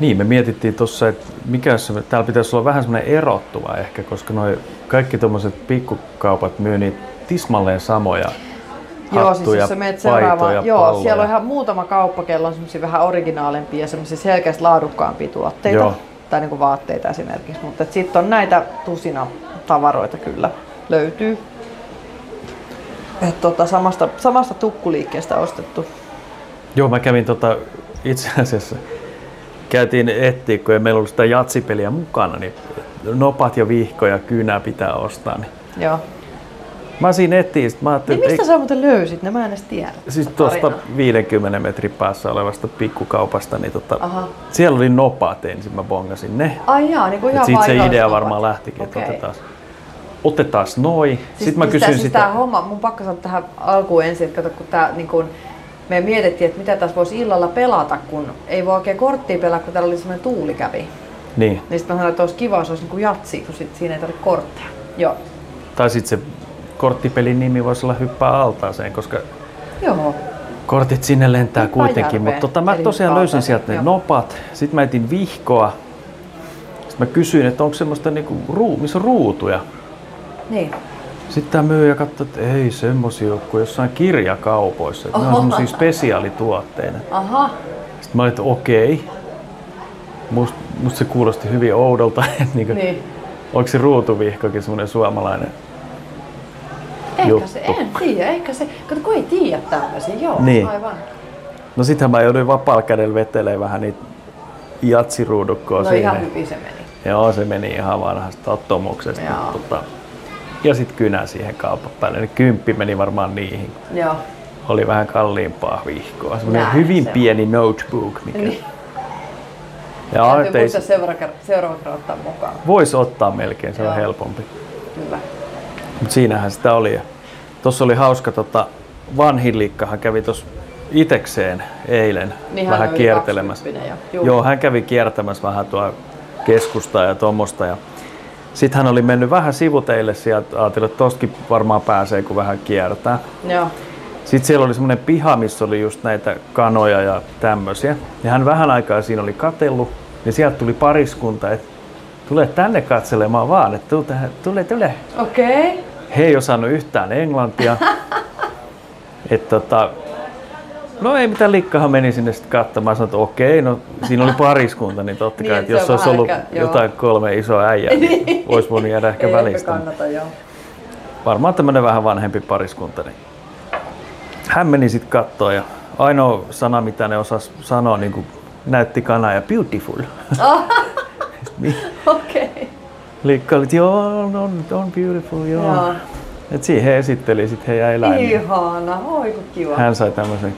Niin, me mietittiin tuossa, että mikä jos se- täällä pitäisi olla vähän semmoinen erottuva ehkä, koska noi kaikki tuommoiset pikkukaupat myy niin tismalleen samoja Joo, siis hattuja, jos sä menet paitoja, seuraavaan, joo, palloja. siellä on ihan muutama kauppa, kello on semmoisia vähän originaalimpia ja semmoisia selkeästi laadukkaampia tuotteita. Joo. Tai niinku vaatteita esimerkiksi, mutta sitten on näitä tusina tavaroita kyllä löytyy. Et tota, samasta, samasta tukkuliikkeestä ostettu. Joo, mä kävin tota, itse asiassa, käytiin etsiä, kun ei meillä ollut sitä jatsipeliä mukana, niin nopat ja vihko ja kyynää pitää ostaa. Niin. Joo. Mä siinä etsiin, sit mä Niin ajattelin, mistä ei- sä muuten löysit ne? Mä en edes tiedä. Siis tätä tuosta tarinaa. 50 metrin päässä olevasta pikkukaupasta, niin tota, Aha. siellä oli nopat ensin, mä bongasin ne. Ai jaa, niin kuin Et ihan siitä se paikalliset idea kaupat. varmaan lähtikin, että Okei. otetaan, otetaan noi. Siis Sitten mä siis tää- kysyin siis sitä, Tämä homma, mun pakko sanoa tähän alkuun ensin, että kato, kun tää, niin kun, me mietittiin, että mitä tässä voisi illalla pelata, kun ei voi oikein korttia pelata, kun täällä oli semmoinen tuuli kävi. niin, Niin sitten mä sanoin, että olisi kiva, jos olisi niin kuin jatsi, kun sit siinä ei tarvitse kortteja. Joo. tai sitten se korttipelin nimi voisi olla hyppää altaaseen, koska Joo. kortit sinne lentää Hyppää kuitenkin. järveen, Mutta tota, mä eli tosiaan hyppää löysin altaaseen, sieltä ne joo. nopat, sitten mä etin vihkoa. Sitten mä kysyin, että onko semmoista niinku, ruu, missä on ruutuja. Niin. Sitten tämä myyjä katsoi, että ei semmosia ole kuin jossain kirjakaupoissa. Että ne on Oho. semmosia spesiaalituotteita. Aha. Sitten mä olin, että okei. Must, musta se kuulosti hyvin oudolta. <laughs> että niinku, Niin. Onko se ruutuvihkokin semmoinen suomalainen? Ehkä Juttu. se, en tiedä, ehkä se, kato kun ei tiedä tämmöisiä, joo, Niin. aivan. No sitähän mä jouduin vapaalla kädellä vetelemään vähän niitä jatsiruudukkoa No siihen. ihan hyvin se meni. Joo, se meni ihan vanhasta tottumuksesta. Joo. Tota, ja sitten kynä siihen kaupan päälle. Eli kymppi meni varmaan niihin. Joo. Oli vähän kalliimpaa vihkoa. Semmoinen Näin hyvin se on. pieni notebook. Mikä... Niin. Ja Täytyy ettei- muistaa seuraava kerran, seuraava kerran ottaa mukaan. Voisi ottaa melkein, se on Joo. helpompi. Kyllä. Mutta siinähän sitä oli. Tuossa oli hauska, tota, vanhinlikkahan kävi tuossa itekseen eilen Niin hän vähän on yli kiertelemässä. 20 jo. Joo. Juu. hän kävi kiertämässä vähän tuo keskustaa ja tuommoista. Ja sitten hän oli mennyt vähän sivuteille sieltä, ajattelin, että tostakin varmaan pääsee, kun vähän kiertää. Joo. Sitten siellä oli semmoinen piha, missä oli just näitä kanoja ja tämmöisiä. Ja hän vähän aikaa siinä oli katellut, ja sieltä tuli pariskunta, että tule tänne katselemaan vaan, että tule, tähän- tule, tule. Okei. Okay. He ei osannut yhtään <laughs> englantia. Et tota, no ei mitään, likkahan meni sinne sitten katsomaan. Sanoin, että okei, no siinä oli pariskunta, niin totta Niin, kai, et että se on jos olisi vähän ollut ehkä- joo. jotain kolme isoa äijää, <laughs> niin olisi voinut jäädä ehkä Ei ehkä välistä. kannata, joo. Varmaan tämmöinen vähän vanhempi pariskunta. Niin. Hän meni sitten kattoon ja ainoa sana, mitä ne osas sanoa, niin kuin näytti kanaa ja beautiful. <laughs> Okei. Okay. Likka oli, että joo, on, on, on beautiful, joo. Joo. Niin Et siihen esitteli sitten heidän eläimiä. Ihana, oi kun kiva. Hän sai tämmöisen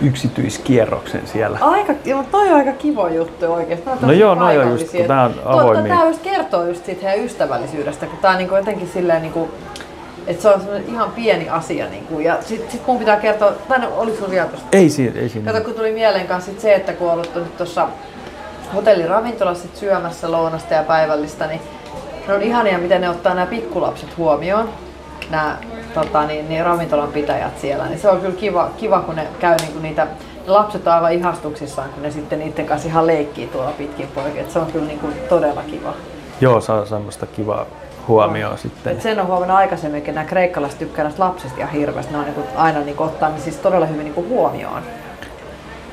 yksityiskierroksen siellä. Aika, ja mutta toi on aika kiva juttu oikeesti. Nää on No tosi joo, noi on just, paikallisia. kun tää on Tuo- avoimia. Tää just kertoo just siitä heidän ystävällisyydestä, kun tää on niinku jotenkin silleen niinku, että se on semmonen ihan pieni asia. Niinku, ja sit, sit mun pitää kertoa, tai no, oli sun vielä tosta. Ei siinä, ei siinä. Kato, kun tuli mieleen kanssa sit se, että kun on ollut nyt tuossa hotelliravintolassa sit syömässä lounasta ja päivällistä, niin ne on ihania, miten ne ottaa nämä pikkulapset huomioon, nämä tota, niin, niin ravintolan pitäjät siellä. Niin se on kyllä kiva, kiva kun ne käy niinku niitä, ne lapset on aivan ihastuksissaan, kun ne sitten niiden kanssa ihan leikkii tuolla pitkin poikin. Et se on kyllä niinku todella kiva. Joo, saa semmoista kivaa huomioon sitten. Et sen on huomannut aikaisemminkin, nämä kreikkalaiset tykkää näistä lapsista ihan hirveästi. Ne on niinku aina niinku ottaa ne siis todella hyvin niinku huomioon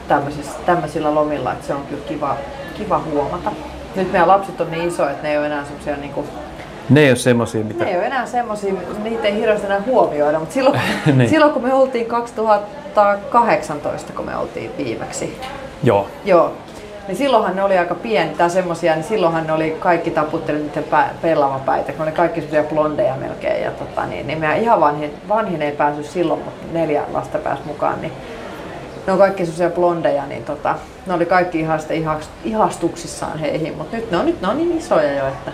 tämmöisissä- tämmöisillä lomilla, että se on kyllä kiva, kiva huomata. Nyt meidän lapset on niin isoja, että ne ei ole enää semmoisia niinku, Ne ei ole semmosia, mitä... ne ei ole enää semmoisia, niitä ei hirveästi enää huomioida, mutta silloin, Niin. niin. silloin kun me oltiin 2018, kun me oltiin viimeksi, Joo. Joo. Niin silloinhan ne oli aika pieni tai semmosia, niin silloinhan ne oli kaikki taputteli niiden pä- pellavapäitä, kun ne oli kaikki semmosia blondeja melkein. Ja tota, niin, niin meidän ihan vanhin, vanhin ei päässyt silloin, mutta neljä lasta pääsi mukaan, niin ne on kaikki semmoisia blondeja, niin tota, ne oli kaikki ihan sitten ihas- ihastuksissaan heihin, mutta nyt ne on, nyt ne on niin isoja jo, että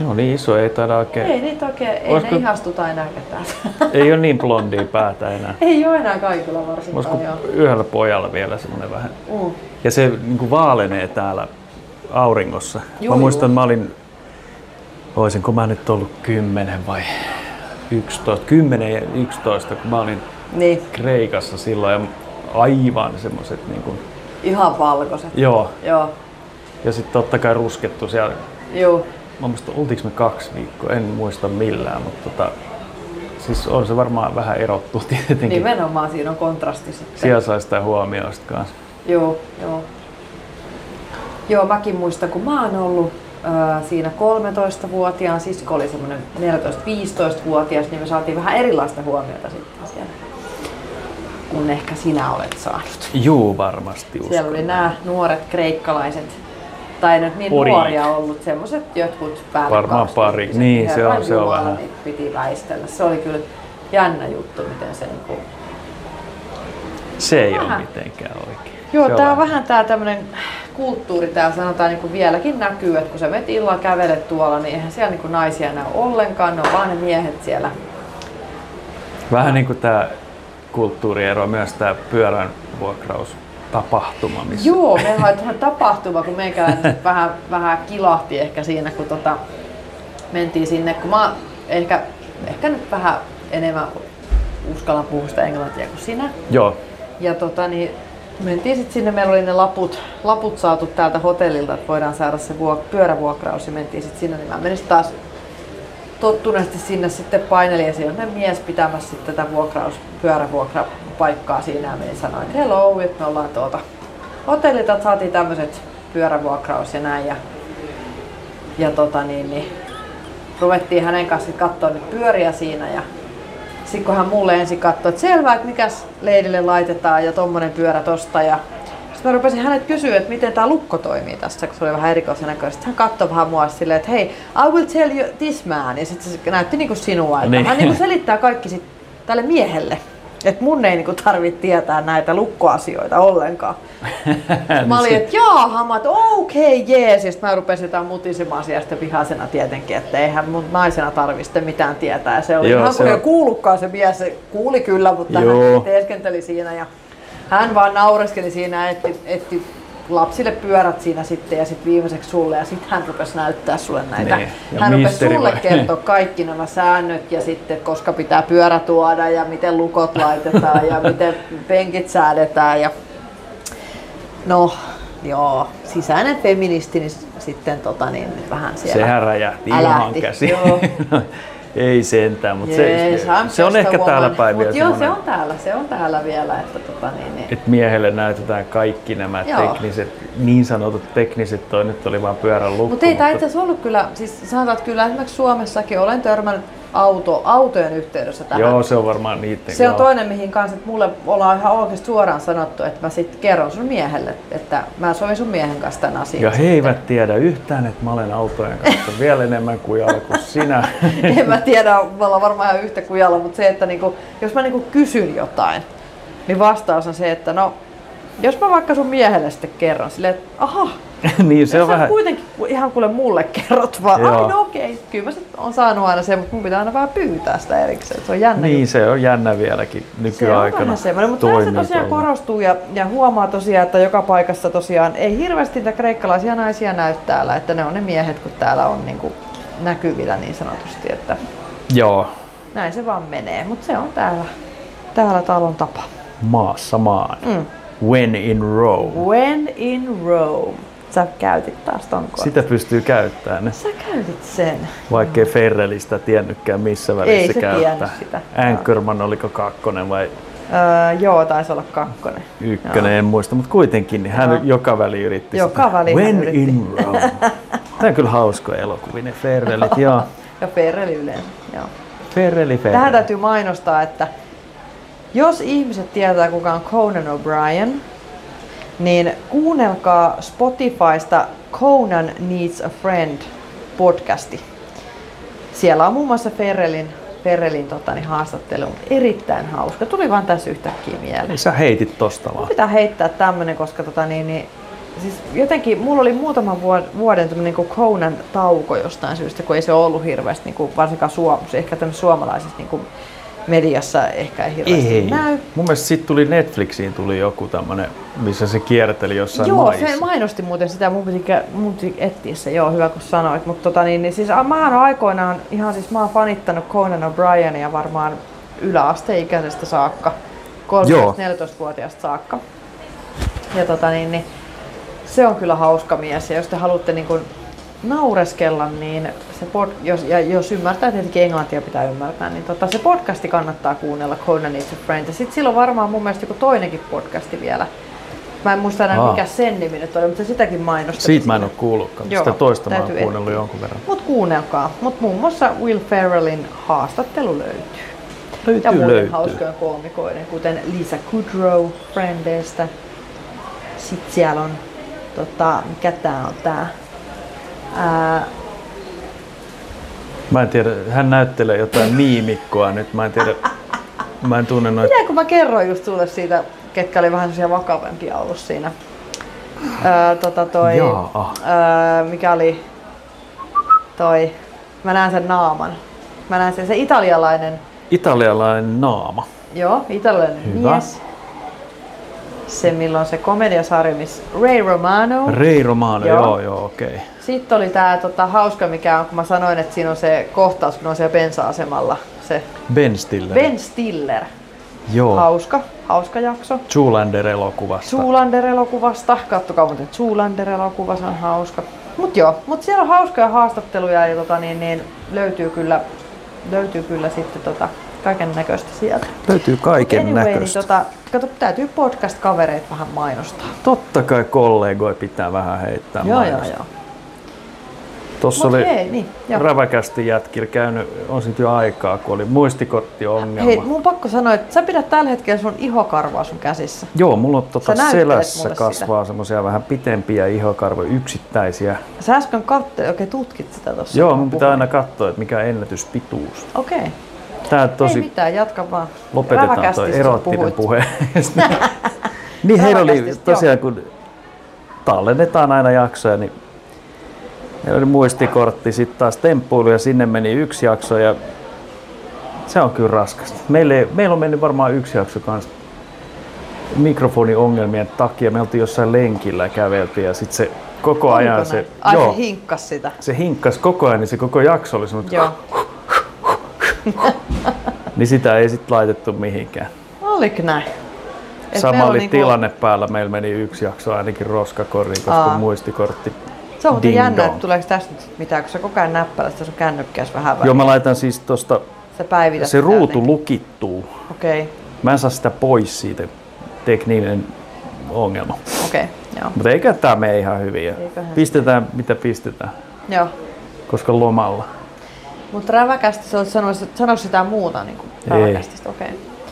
Ne on niin iso, ei taida oikein. ei niitä oikein, ei Olisiko- ne ihastuta enää ketään. <laughs> Ei ole niin blondia päätä enää. ei ole enää kaikilla varsinkaan, Olisiko joo. yhdellä pojalla vielä semmoinen vähän. Mm. Ja se niin kuin vaalenee täällä auringossa. Juu, mä muistan, juu. mä olin, olisinko mä nyt ollut 10 vai 11, 10 ja 11, kun mä olin Niin, Kreikassa silloin ja aivan semmoset niin kuin, ihan valkoiset. joo. Joo, Ja sitten totta kai ruskettu siellä. joo. Mä muistan, oltiinko me kaksi viikkoa, en muista millään, mutta tota, siis on se varmaan vähän erottu tietenkin. Niin Nimenomaan siinä on kontrasti sitten. Niin. Siellä sai sitä huomioon sit kanssa. Joo, joo. Joo, mäkin muistan, kun mä oon ollut ää, siinä 13-vuotiaan, sisko oli semmoinen 14-15-vuotias, niin me saatiin vähän erilaista huomiota sitten siellä, kun ehkä sinä olet saanut. Juu, varmasti uskon. Siellä oli nämä nuoret kreikkalaiset, tai nyt niin Pori. nuoria ollut, semmoiset jotkut päälle Varmaan pari. 20-vuotiaat. Niin, se on- Herran se on Jumala, vähän. niitä piti väistellä. Se oli kyllä jännä juttu, miten se niinku Se ei ole Vähän. mitenkään oikein. Joo, Se tää on vähän tää tämmönen kulttuuri täällä sanotaan niin kuin vieläkin näkyy, että kun sä menet illalla kävelet tuolla, niin eihän siellä niin kuin naisia näy ollenkaan, ne on vaan ne miehet siellä. Vähän niin kuin tämä kulttuuriero, myös tämä pyörän vuokraus tapahtuma, missä Joo, me oli tämmönen tapahtuma, kun meikäläinen vähän, vähän kilahti ehkä siinä, kun tota, mentiin sinne, kun mä ehkä, ehkä nyt vähän enemmän uskallan puhua sitä englantia kuin sinä. Joo. Ja tota niin, mentiin sitten sinne, meillä oli ne laput, laput saatu täältä hotellilta, että voidaan saada se vuok- pyörävuokraus ja mentiin sitten sinne, niin mä menin sit taas tottuneesti sinne sitten painelin ja siinä on ne mies pitämässä sitten tätä vuokraus, pyörävuokrapaikkaa siinä ja menin sanoin, että hello, että me ollaan tuota hotellilta, että saatiin tämmöiset pyörävuokraus ja näin ja, ja tota niin, niin ruvettiin hänen kanssa katsoa nyt pyöriä siinä ja sitten kun hän mulle ensin katsoi, että selvä, että mikäs leidille laitetaan ja tommonen pyörä tosta. Ja sitten mä rupesin hänet kysyä, että miten tämä lukko toimii tässä, kun se oli vähän erikoisen näköistä. Hän katsoi vähän mua silleen, että hei, I will tell you this man. Ja sitten se näytti niinku sinua. Että Niin. Hän niinku selittää kaikki sit tälle miehelle. Että mun ei niinku tarvitse tietää näitä lukkoasioita ollenkaan. Mä olin, että jaaha, mä oon, okei, okay, jees. Ja sit mä rupesin jotain mutisemaan siellä sitten vihaisena tietenkin, että eihän mun naisena tarvi sitten mitään tietää. Ja se oli Joo, Joo, ihan se kuin on- ei kuullutkaan se mies, se kuuli kyllä, mutta Joo. hän teeskenteli siinä ja hän vaan naureskeli siinä, etti, etti lapsille pyörät siinä sitten ja sitten viimeiseksi sulle ja sitten hän rupesi näyttää sulle näitä. Niin, ja Hän rupesi misteri sulle vai? kertoa kaikki nämä säännöt ja sitten koska pitää pyörä tuoda ja miten lukot laitetaan <laughs> ja miten penkit säädetään ja No, joo, sisäinen feministi niin s- sitten tota niin, nyt vähän siellä. sehän räjähti ilmaan älähti, käsi. joo. <laughs> Ei sentään, mutta Jees, se, I'm se on just a ehkä woman. täällä päin vielä Mut joo, se semmoinen, on täällä, se on täällä vielä, että tota niin, niin. että miehelle näytetään kaikki nämä Joo. tekniset, niin sanotut tekniset, toi nyt oli vaan pyörän lukko. Mutta ei tämä itse asiassa ollut kyllä, siis sanotaan, että kyllä esimerkiksi Suomessakin olen törmännyt auto, autojen yhteydessä tähän. Joo, se on varmaan niiden. Se on joo. toinen, mihin kanssa, että mulle ollaan ihan oikeasti suoraan sanottu, että mä sitten kerron sun miehelle, että mä sovin sun miehen kanssa tämän asian. Ja he eivät tiedä yhtään, että mä olen autojen kanssa vielä enemmän kuin <laughs> alku sinä. en mä tiedä, me ollaan varmaan ihan yhtä kujalla, mutta se, että niinku, jos mä niinku kysyn jotain, niin vastaus on se, että no, jos mä vaikka sun miehelle sitten kerron silleen, että aha, <laughs> niin se on sä vähän, kuitenkin ku- ihan kuule mulle kerrot vaan, Joo. ai no okei, kyllä mä sit on saanut aina sen, mutta mun pitää aina vähän pyytää sitä erikseen, se on jännä niin se on jännä vieläkin se on nykyaikana. vähän semmoinen, mutta näin se toimii tosiaan tuolla. korostuu ja, ja huomaa tosiaan, että joka paikassa tosiaan ei hirveästi niitä kreikkalaisia naisia näy täällä, että ne on ne miehet, kun täällä on niin kuin näkyvillä niin sanotusti, että Joo, näin se vaan menee, mutta se on täällä, täällä talon tapa. maassa maan. Mm. When in Rome. When in Rome. Sä käytit taas ton kortin. Sitä pystyy käyttämään, Sä käytit sen. vaikkei Ferrelistä tiennytkään missä välissä Mm. Ei se käyttää. tiennyt sitä. Anchorman oliko kakkonen vai Öö, joo, taisi olla kakkonen. ykkönen, en muista, mutta kuitenkin niin hän Joo. joka väli yritti sitä. Joka väli hän When yritti. in <laughs> Rome. Tämä on kyllä hauska elokuvinen, Ferrelit, joo. Ja Ferreli yleensä, joo. Ferreli, Ferreli. Tähän täytyy mainostaa, että jos ihmiset tietää kuka on Conan O'Brien, niin kuunnelkaa Spotifysta Conan Needs a Friend podcasti. Siellä on muun muassa Ferrelin Perelin tota, niin haastattelu, mutta erittäin hauska. Tuli vaan tässä yhtäkkiä mieleen. Niin Sä heitit tosta vaan. Mun pitää heittää tämmönen, koska tota niin, niin siis jotenkin mulla oli muutaman vuod- vuoden tämmönen niin Conan tauko jostain syystä, kun ei se ollut hirveästi, niin kuin, varsinkaan suom- ehkä tämmöisessä suomalaisessa niin kuin mediassa ehkä ei hirveästi Ei. näy. Mun mielestä sitten tuli Netflixiin tuli joku tämmönen, missä se kierteli jossain Joo, maissa. se mainosti muuten sitä, mun piti, kä- mun piti etsiä se, joo, hyvä kun sanoit. Mutta tota, niin, niin, siis a- mä oon aikoinaan, ihan siis mä oon fanittanut Conan O'Brienia varmaan yläasteikäisestä saakka, Joo. 13-14-vuotiaasta saakka. Ja tota, niin, niin, se on kyllä hauska mies ja jos te haluatte niin kuin naureskella, niin se pod, jos, ja jos ymmärtää, tietenkin englantia pitää ymmärtää, niin tota, se podcasti kannattaa kuunnella Conan is a Friend. Ja sitten sillä on varmaan mun mielestä joku toinenkin podcasti vielä. Mä en muista enää Aa. mikä sen nimi nyt oli, mutta sitäkin mainostettiin. Siitä mä en ole kuullutkaan, Joo, sitä toista mä oon täytyy kuunnellut etsiä. jonkun verran. Mut kuunnelkaa. Mut muun muassa Will Ferrellin haastattelu löytyy. ja Löytyy, muuten löytyy. hauskojen koomikoiden, kuten Lisa Kudrow Friendestä. Sitten siellä on, tota, mikä tää on tää? Ää, Mä en tiedä, hän näyttelee jotain miimikkoa nyt, mä en tiedä, mä en tunne noita. mitä kun mä kerroin just sulle siitä, ketkä oli vähän sellaisia vakavampia ollut siinä. Ää, tota toi, Jaa. ää, mikä oli toi, mä näen sen naaman. Mä näen sen, se italialainen Italialainen naama. Joo, italialainen Hyvä. mies. Se milloin se komediasarja, missä Ray Romano. Ray Romano, Joo. joo, joo, okei. Okay. Sitten oli tää tota, hauska, mikä on, kun mä sanoin, että siinä on se kohtaus, kun ne on siellä bensa-asemalla. Se Ben Stiller. Ben Stiller. Joo. Hauska, hauska jakso. Zoolander-elokuvasta. Zoolander-elokuvasta. Kattokaa muuten Zoolander-elokuva, se on hauska. Mut joo, mut siellä on hauskoja haastatteluja ja tota, niin, niin, löytyy kyllä, löytyy kyllä sitten tota, kaiken näköistä sieltä. Löytyy kaiken näköistä. Niin, tota, kato, täytyy podcast-kavereita vähän mainostaa. Totta kai kollegoi pitää vähän heittää mainosta. Tuossa Mut oli hei, niin, joo. räväkästi jätkillä käynyt, on sit jo aikaa, kun oli muistikorttiongelma. Hei, mun pakko sanoa, että sä pidät tällä hetkellä sun ihokarvaa sun käsissä. Joo, mulla on tota näyttelet selässä mulle kasvaa semmoisia vähän pitempiä ihokarvoja, yksittäisiä. Sä äsken kattelit, okei tutkit sitä tossa. Joo, kun mä mun pitää puhuin. aina katsoa, että mikä on ennätyspituus. Okei, Tää ei tosi, mitään, jatka vaan. lopetetaan Räväkästi toi sä erottinen puhuit. <laughs> puhe. niin heillä oli Räväkästi, tosiaan, kun tallennetaan aina jaksoja, niin meillä oli muistikortti, sitten taas temppuilu ja sinne meni yksi jakso ja se on kyllä raskasta. Meille, meillä on mennyt varmaan yksi jakso kanssa mikrofoniongelmien takia. Me oltiin jossain lenkillä ja käveltiin ja sitten se koko Onko ajan näin? se, Ai se hinkkas sitä. se hinkkas koko ajan, niin se koko jakso oli semmoinen, Joo. niin sitä ei sitten laitettu mihinkään. Oliko näin? Et Sama meillä on oli niinku- tilanne päällä, meillä meni yksi jakso ainakin roskakoriin, koska Aa. muistikortti. Se on muuten Ding jännä, dong. että tuleeko tästä nyt mitään, kun sä koko ajan näppäilet sitä sun kännykkääs vähän Joo, väliin. mä laitan siis tosta, Sä päivität se sitä ruutu jotenkin. lukittuu. Okei, okei, Mä en saa sitä pois siitä, tekninen ongelma. joo. Mutta eikä tää mene ihan hyvin. ja Eiköhän. Pistetään mitä pistetään, joo. koska lomalla. Mutta räväkästi, sä olet sanonut, että sanoiko sitä muuta niin kuin Ei. räväkästistä, okei.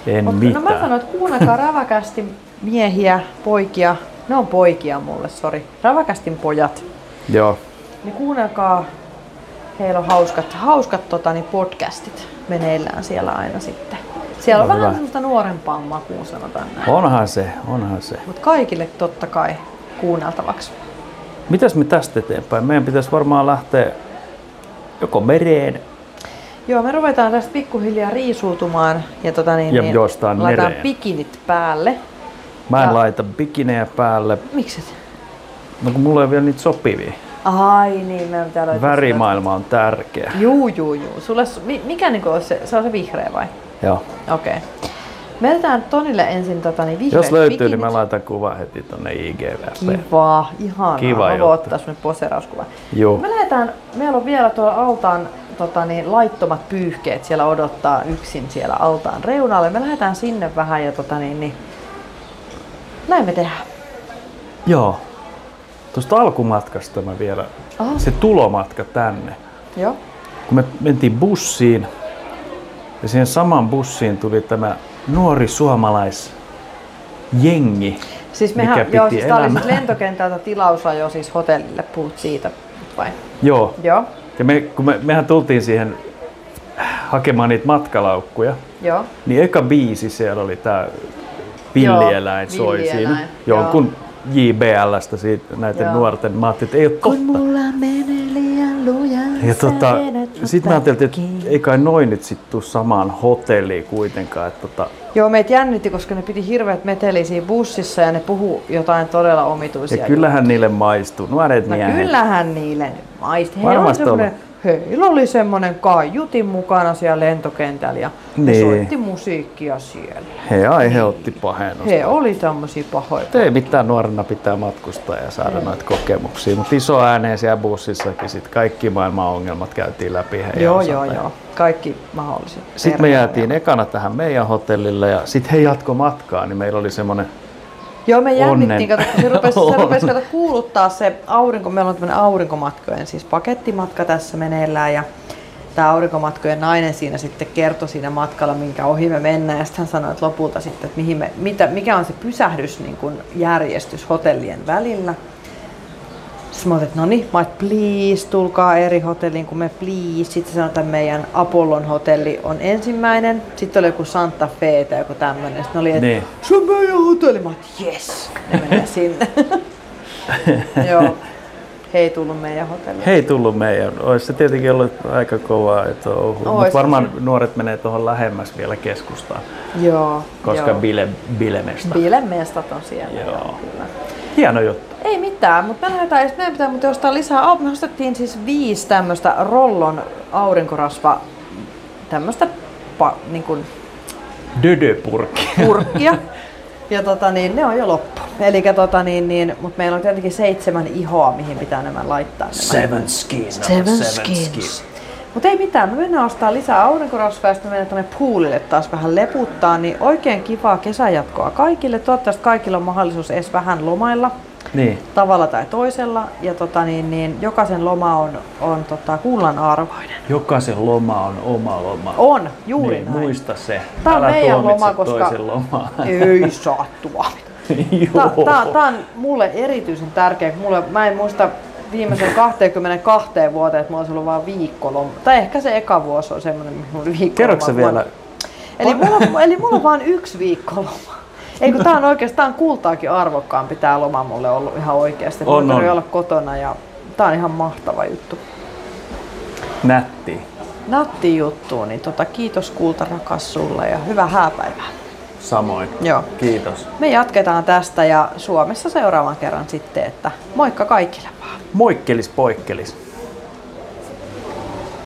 En Mut- No mitään. mä sanoin, <laughs> että kuunnelkaa räväkästi miehiä, poikia, ne on poikia mulle, sori. Räväkästin pojat, Joo. niin kuunnelkaa, heillä on hauskat, hauskat tota, niin podcastit meneillään siellä aina sitten. Siellä on No vähän hyvä. semmoista nuorempaa makuun sanotaan näin. Onhan se, onhan se. Mutta kaikille totta kai kuunneltavaksi. Mitäs me tästä eteenpäin? Meidän pitäisi varmaan lähteä joko mereen Joo, me ruvetaan tästä pikkuhiljaa riisuutumaan ja, tota niin, Ja niin, juostaan laitetaan mereen. pikinit päälle. Mä en Ja- laita bikinejä päälle. Mikset? No kun mulla ei ole vielä niitä sopivia. Ai niin, meidän pitää löytää Värimaailma on tärkeä. sitä- Juu, juu, juu. Sulle, s- mi- mikä niinku on se, se on se vihreä vai? Joo. Okei. Okay. Me jätetään Tonille ensin tota, niin vihreät Jos löytyy, niin bikinit. mä laitan kuvan heti tonne IGVP. Kiva, ihanaa. Kiva mä juttu. voin ottaa sinne poseerauskuva. Juu. Me lähdetään, meillä on vielä tuolla altaan tota, niin, laittomat pyyhkeet, siellä odottaa yksin siellä altaan reunalle. Me lähdetään sinne vähän ja tota, niin, niin, näin me tehdään. Joo. Tuosta alkumatkasta mä vielä, Aha. se tulomatka tänne. Joo. Kun me mentiin bussiin, ja siihen saman bussiin tuli tämä nuori suomalais jengi. Siis Mikä mehän, piti joo, siis tää oli elämää. siis lentokentältä tilausajo siis hotellille, puhut siitä vai? Joo. Joo. Ja me, kun me, mehän tultiin siihen hakemaan niitä matkalaukkuja, Joo. niin eka biisi siellä oli tämä Villieläin Joo, soi siinä. Villieläin, Jonkun JBLstä siitä näiden Joo. nuorten. Mä ajattelin, että ei ole totta. mulla menee liian lujaa, Ja sä tota, vedät mut sit mä ajattelin, että pätkiin. ei kai noin nyt sit tuu samaan hotelliin kuitenkaan. Että tota, Joo, meitä jännitti, koska ne piti hirveät meteliä siinä bussissa ja ne puhu jotain todella omituisia. ja kyllähän niille maistuu, nuoret juttuja. miehet. no, kyllähän niille nyt maisti. Heillä Varmasti oli semmonen- Heillä oli semmonen kaiutin mukana siellä lentokentällä ja ne Niin. soitti musiikkia siellä. He aiheutti pahennusta. He oli tämmöisiä pahoja. Ei mitään nuorena pitää matkustaa ja saada noita kokemuksia, mutta iso ääneen siellä bussissakin sit kaikki maailman ongelmat käytiin läpi heidän Joo, joo, osaltaan. joo. Kaikki mahdolliset. Sitten me Perheen- jäätiin ekana tähän meidän hotellille ja sitten he jatko matkaa, niin meillä oli semmoinen, Joo, me Onnen. jännittiin, kato, kun se rupesi, <laughs> On. se rupesi kato, kuuluttaa se aurinko, meillä on tämmöinen aurinkomatkojen, siis pakettimatka tässä meneillään ja tämä aurinkomatkojen nainen siinä sitten kertoi siinä matkalla, minkä ohi me mennään ja sitten hän sanoi, että lopulta sitten, että mihin me, mitä, mikä on se pysähdys niin kuin järjestys hotellien välillä. Sitten mä olin, että no niin, mä olet, please, tulkaa eri hotelliin kuin me, please. Sitten se sanoi, että meidän Apollon hotelli on ensimmäinen. Sitten oli joku Santa Fe tai joku tämmöinen. Sitten ne oli, että Niin. se on meidän hotelli. Mä olet, yes, ne <laughs> menee sinne. Joo, he ei tullut meidän hotelliin. he ei tullut meidän, olisi se tietenkin ollut aika kovaa, että mutta Ois. varmaan nuoret menee tuohon lähemmäs vielä keskustaan, Joo, koska joo. bile, bilemesta. Bilemestat on siellä. Joo. Kyllä. Hieno juttu. Ei mitään, mutta me lähdetään, meidän pitää muuten ostaa lisää au- Me ostettiin siis viisi tämmöistä Rollon aurinkorasva, tämmöistä pa, niin kuin Dödöpurkki. purkkia. Ja tota niin, ne on jo loppu. Eli tota niin, niin, mutta meillä on tietenkin seitsemän ihoa, mihin pitää nämä laittaa. Nämä. Seven skins. Seven skins. Mutta ei mitään, me mennään ostaa lisää aurinkorasvaa ja sitten me mennään tuonne poolille taas vähän leputtaa. Niin oikein kivaa kesäjatkoa kaikille. Toivottavasti kaikilla on mahdollisuus edes vähän lomailla Niin. tavalla tai toisella. Ja tota niin, niin jokaisen loma on, on tota, kullan arvoinen. Jokaisen loma on oma loma. On, juuri niin, näin. muista se. Tää on Älä meidän tuomitse loma, koska- toisen lomaa. <laughs> Ei saa tuomita. Tämä, tämä, tämä on mulle erityisen tärkeä. kun Mulle, mä en muista <laughs> viimeisen 22 vuoteen, että mulla olisi ollut vain viikkoloma. Tai ehkä se eka vuosi on semmoinen, mihin mulla oli viikkoloma. Kerroksä vielä? Eli <laughs> mulla, eli mulla on vain yksi viikkoloma. Ei kun tää on oikeastaan kultaakin arvokkaampi tää loma mulle ollut ihan oikeasti. On, On, on. on. olla kotona ja tää on ihan mahtava juttu. Nätti. Natti juttu, niin tota, kiitos kulta rakas sulle ja hyvää hääpäivää. Samoin. Joo. Kiitos. Me jatketaan tästä ja Suomessa seuraavan kerran sitten, että moikka kaikille vaan. Moikkelis poikkelis.